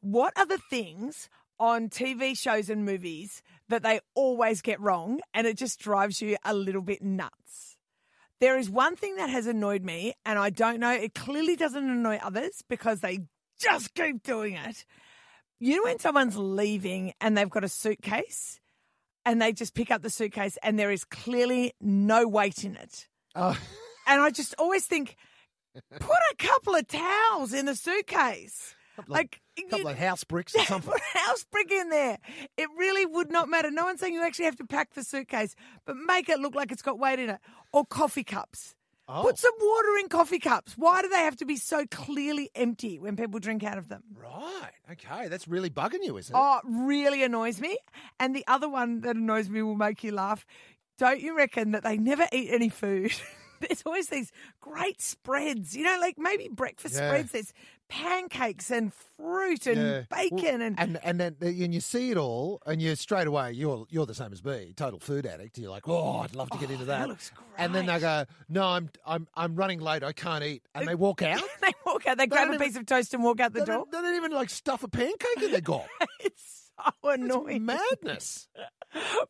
What are the things on TV shows and movies that they always get wrong and it just drives you a little bit nuts? There is one thing that has annoyed me, and I don't know, it clearly doesn't annoy others because they just keep doing it. You know, when someone's leaving and they've got a suitcase and they just pick up the suitcase and there is clearly no weight in it. Oh. And I just always think, put a couple of towels in the suitcase. Like, a couple of house bricks or something. put a house brick in there. It really would not matter. No one's saying you actually have to pack the suitcase, but make it look like it's got weight in it. Or coffee cups. Oh. Put some water in coffee cups. Why do they have to be so clearly empty when people drink out of them? Right. Okay. That's really bugging you, is it? Oh, it really annoys me. And the other one that annoys me will make you laugh. Don't you reckon that they never eat any food? There's always these great spreads, you know, like maybe breakfast Yeah. spreads. There's pancakes and fruit and Yeah. bacon Well, and, and and then and you see it all, and you straight away you're you're the same as me, total food addict. You're like, oh, I'd love to get into that. looks And then they great. go, no, I'm I'm I'm running late. I can't eat, and they walk out. they walk out, they grab don't a even- piece of toast and walk out the they, door. don't, they don't even like stuff a pancake in their gob. It's so It's annoying. madness.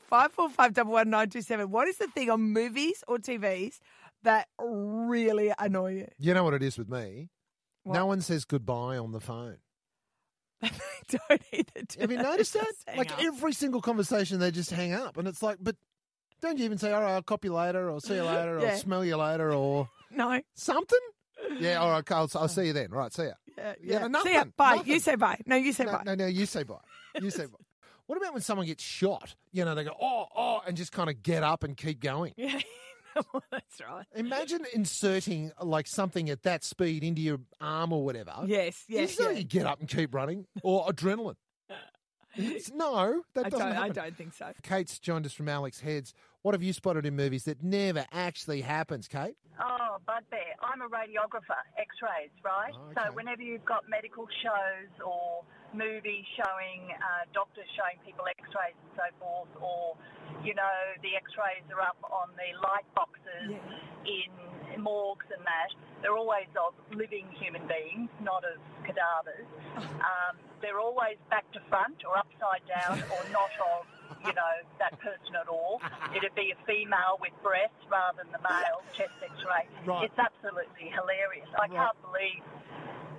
Five four five double one nine two seven. What is the thing on movies or TVs that really annoy you? You know what it is with me? What? No one says goodbye on the phone. they don't either. do Have you they? noticed that? Just hang Like up. every single conversation, they just hang up, and it's like, but don't you even say, all right, I'll copy you later, or see you later, Yeah. or smell you later, or no. something? Yeah, all right, I'll, I'll see you then. Right, see ya. Yeah, Yeah, yeah. nothing, See ya. Bye. nothing. You say bye. No, you say No, bye. no, no, you say bye. You say bye. What about when someone gets shot? You know, they go, oh, oh, and just kind of get up and keep going. Yeah. Well, that's right. Imagine inserting like something at that speed into your arm or whatever. Yes, yes. It's not yeah. you get up and keep running or adrenaline. It's, no, that I doesn't don't. I happen. don't think so. Kate's joined us from Alex Heads. What have you spotted in movies that never actually happens, Kate? Oh, bugbear. I'm a radiographer, x rays, right? Oh, So, okay. whenever you've got medical shows or movies showing uh, doctors showing people x rays and so forth, or, you know, the x rays are up on the light boxes in morgues and that, they're always of living human beings, not of cadavers. Um, they're always back to front or upside down or not of, you know, that person at all. It'd be a female with breasts rather than the male chest x-ray. Right. It's absolutely hilarious. I Right. can't believe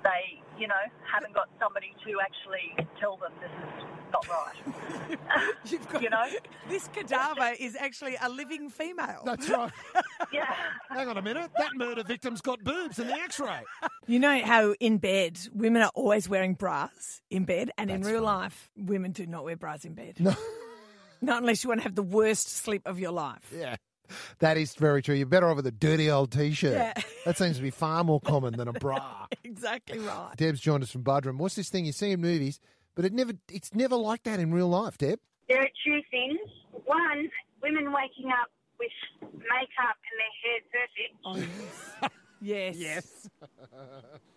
they, you know, haven't got somebody to actually tell them this is not right. You've got. You know? This cadaver is actually a living female. That's right. Yeah. Hang on a minute. That murder victim's got boobs in the x ray. You know how in bed women are always wearing bras in bed, and in real life, women do not wear bras in bed. No. Not unless you want to have the worst sleep of your life. Yeah. That is very true. You're better off with a dirty old t shirt. Yeah. That seems to be far more common than a bra. Exactly right. Deb's joined us from Budrum. What's this thing you see in movies, but it never it's never like that in real life, Deb? There are two things. One, women waking up with makeup and their hair perfect. Oh, yes. yes. Yes.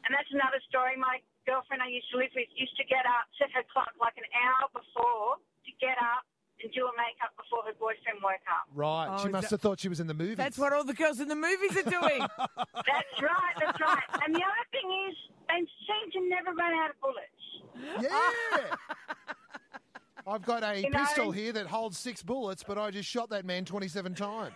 And that's another story. My girlfriend I used to live with used to get up, set her clock like an hour before to get up and do her makeup before her boyfriend woke up. Right. Oh, she is must that- have thought she was in the movie. That's what all the girls in the movies are doing. That's right, that's right. And the other thing is, they seem to never run out of bullets. Yeah. I've got a You know- pistol here that holds six bullets, but I just shot that man 27 times.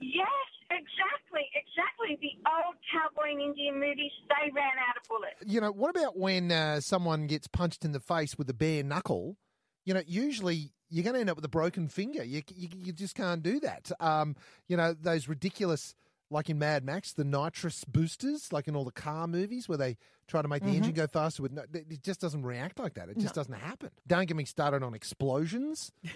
Yes, exactly, exactly. The old cowboy and Indian movies, they ran out of bullets. You know, what about when uh, someone gets punched in the face with a bare knuckle? You know, usually you're going to end up with a broken finger. You, you, you just can't do that. Um, you know, those ridiculous, like in Mad Max, the nitrous boosters, like in all the car movies where they try to make the Mm-hmm. engine go faster with no, it just doesn't react like that. It just doesn't happen. Don't get me started on explosions.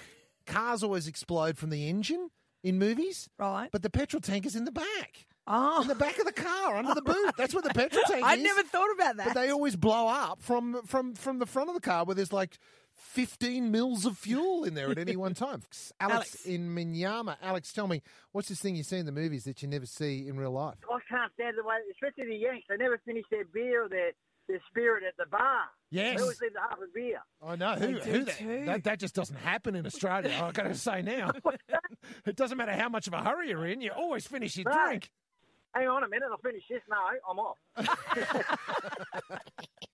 Cars always explode from the engine in movies, Right. but the petrol tank is in the back. Oh. In the back of the car, under the boot. That's where the petrol tank I is. never thought about that. But they always blow up from from from the front of the car where there's like 15 mils of fuel in there at any one time. Alex. Alex, in Minyama. Alex, tell me, what's this thing you see in the movies that you never see in real life? I can't stand the way, especially the Yanks. They never finish their beer or their, their spirit at the bar. Yes. They always leave the half a beer. I know. They Who, do who that, too. that? That just doesn't happen in Australia. i got to say now. it doesn't matter how much of a hurry you're in, you always finish your Right. drink. Hang on a minute, I'll finish this. No, I'm off.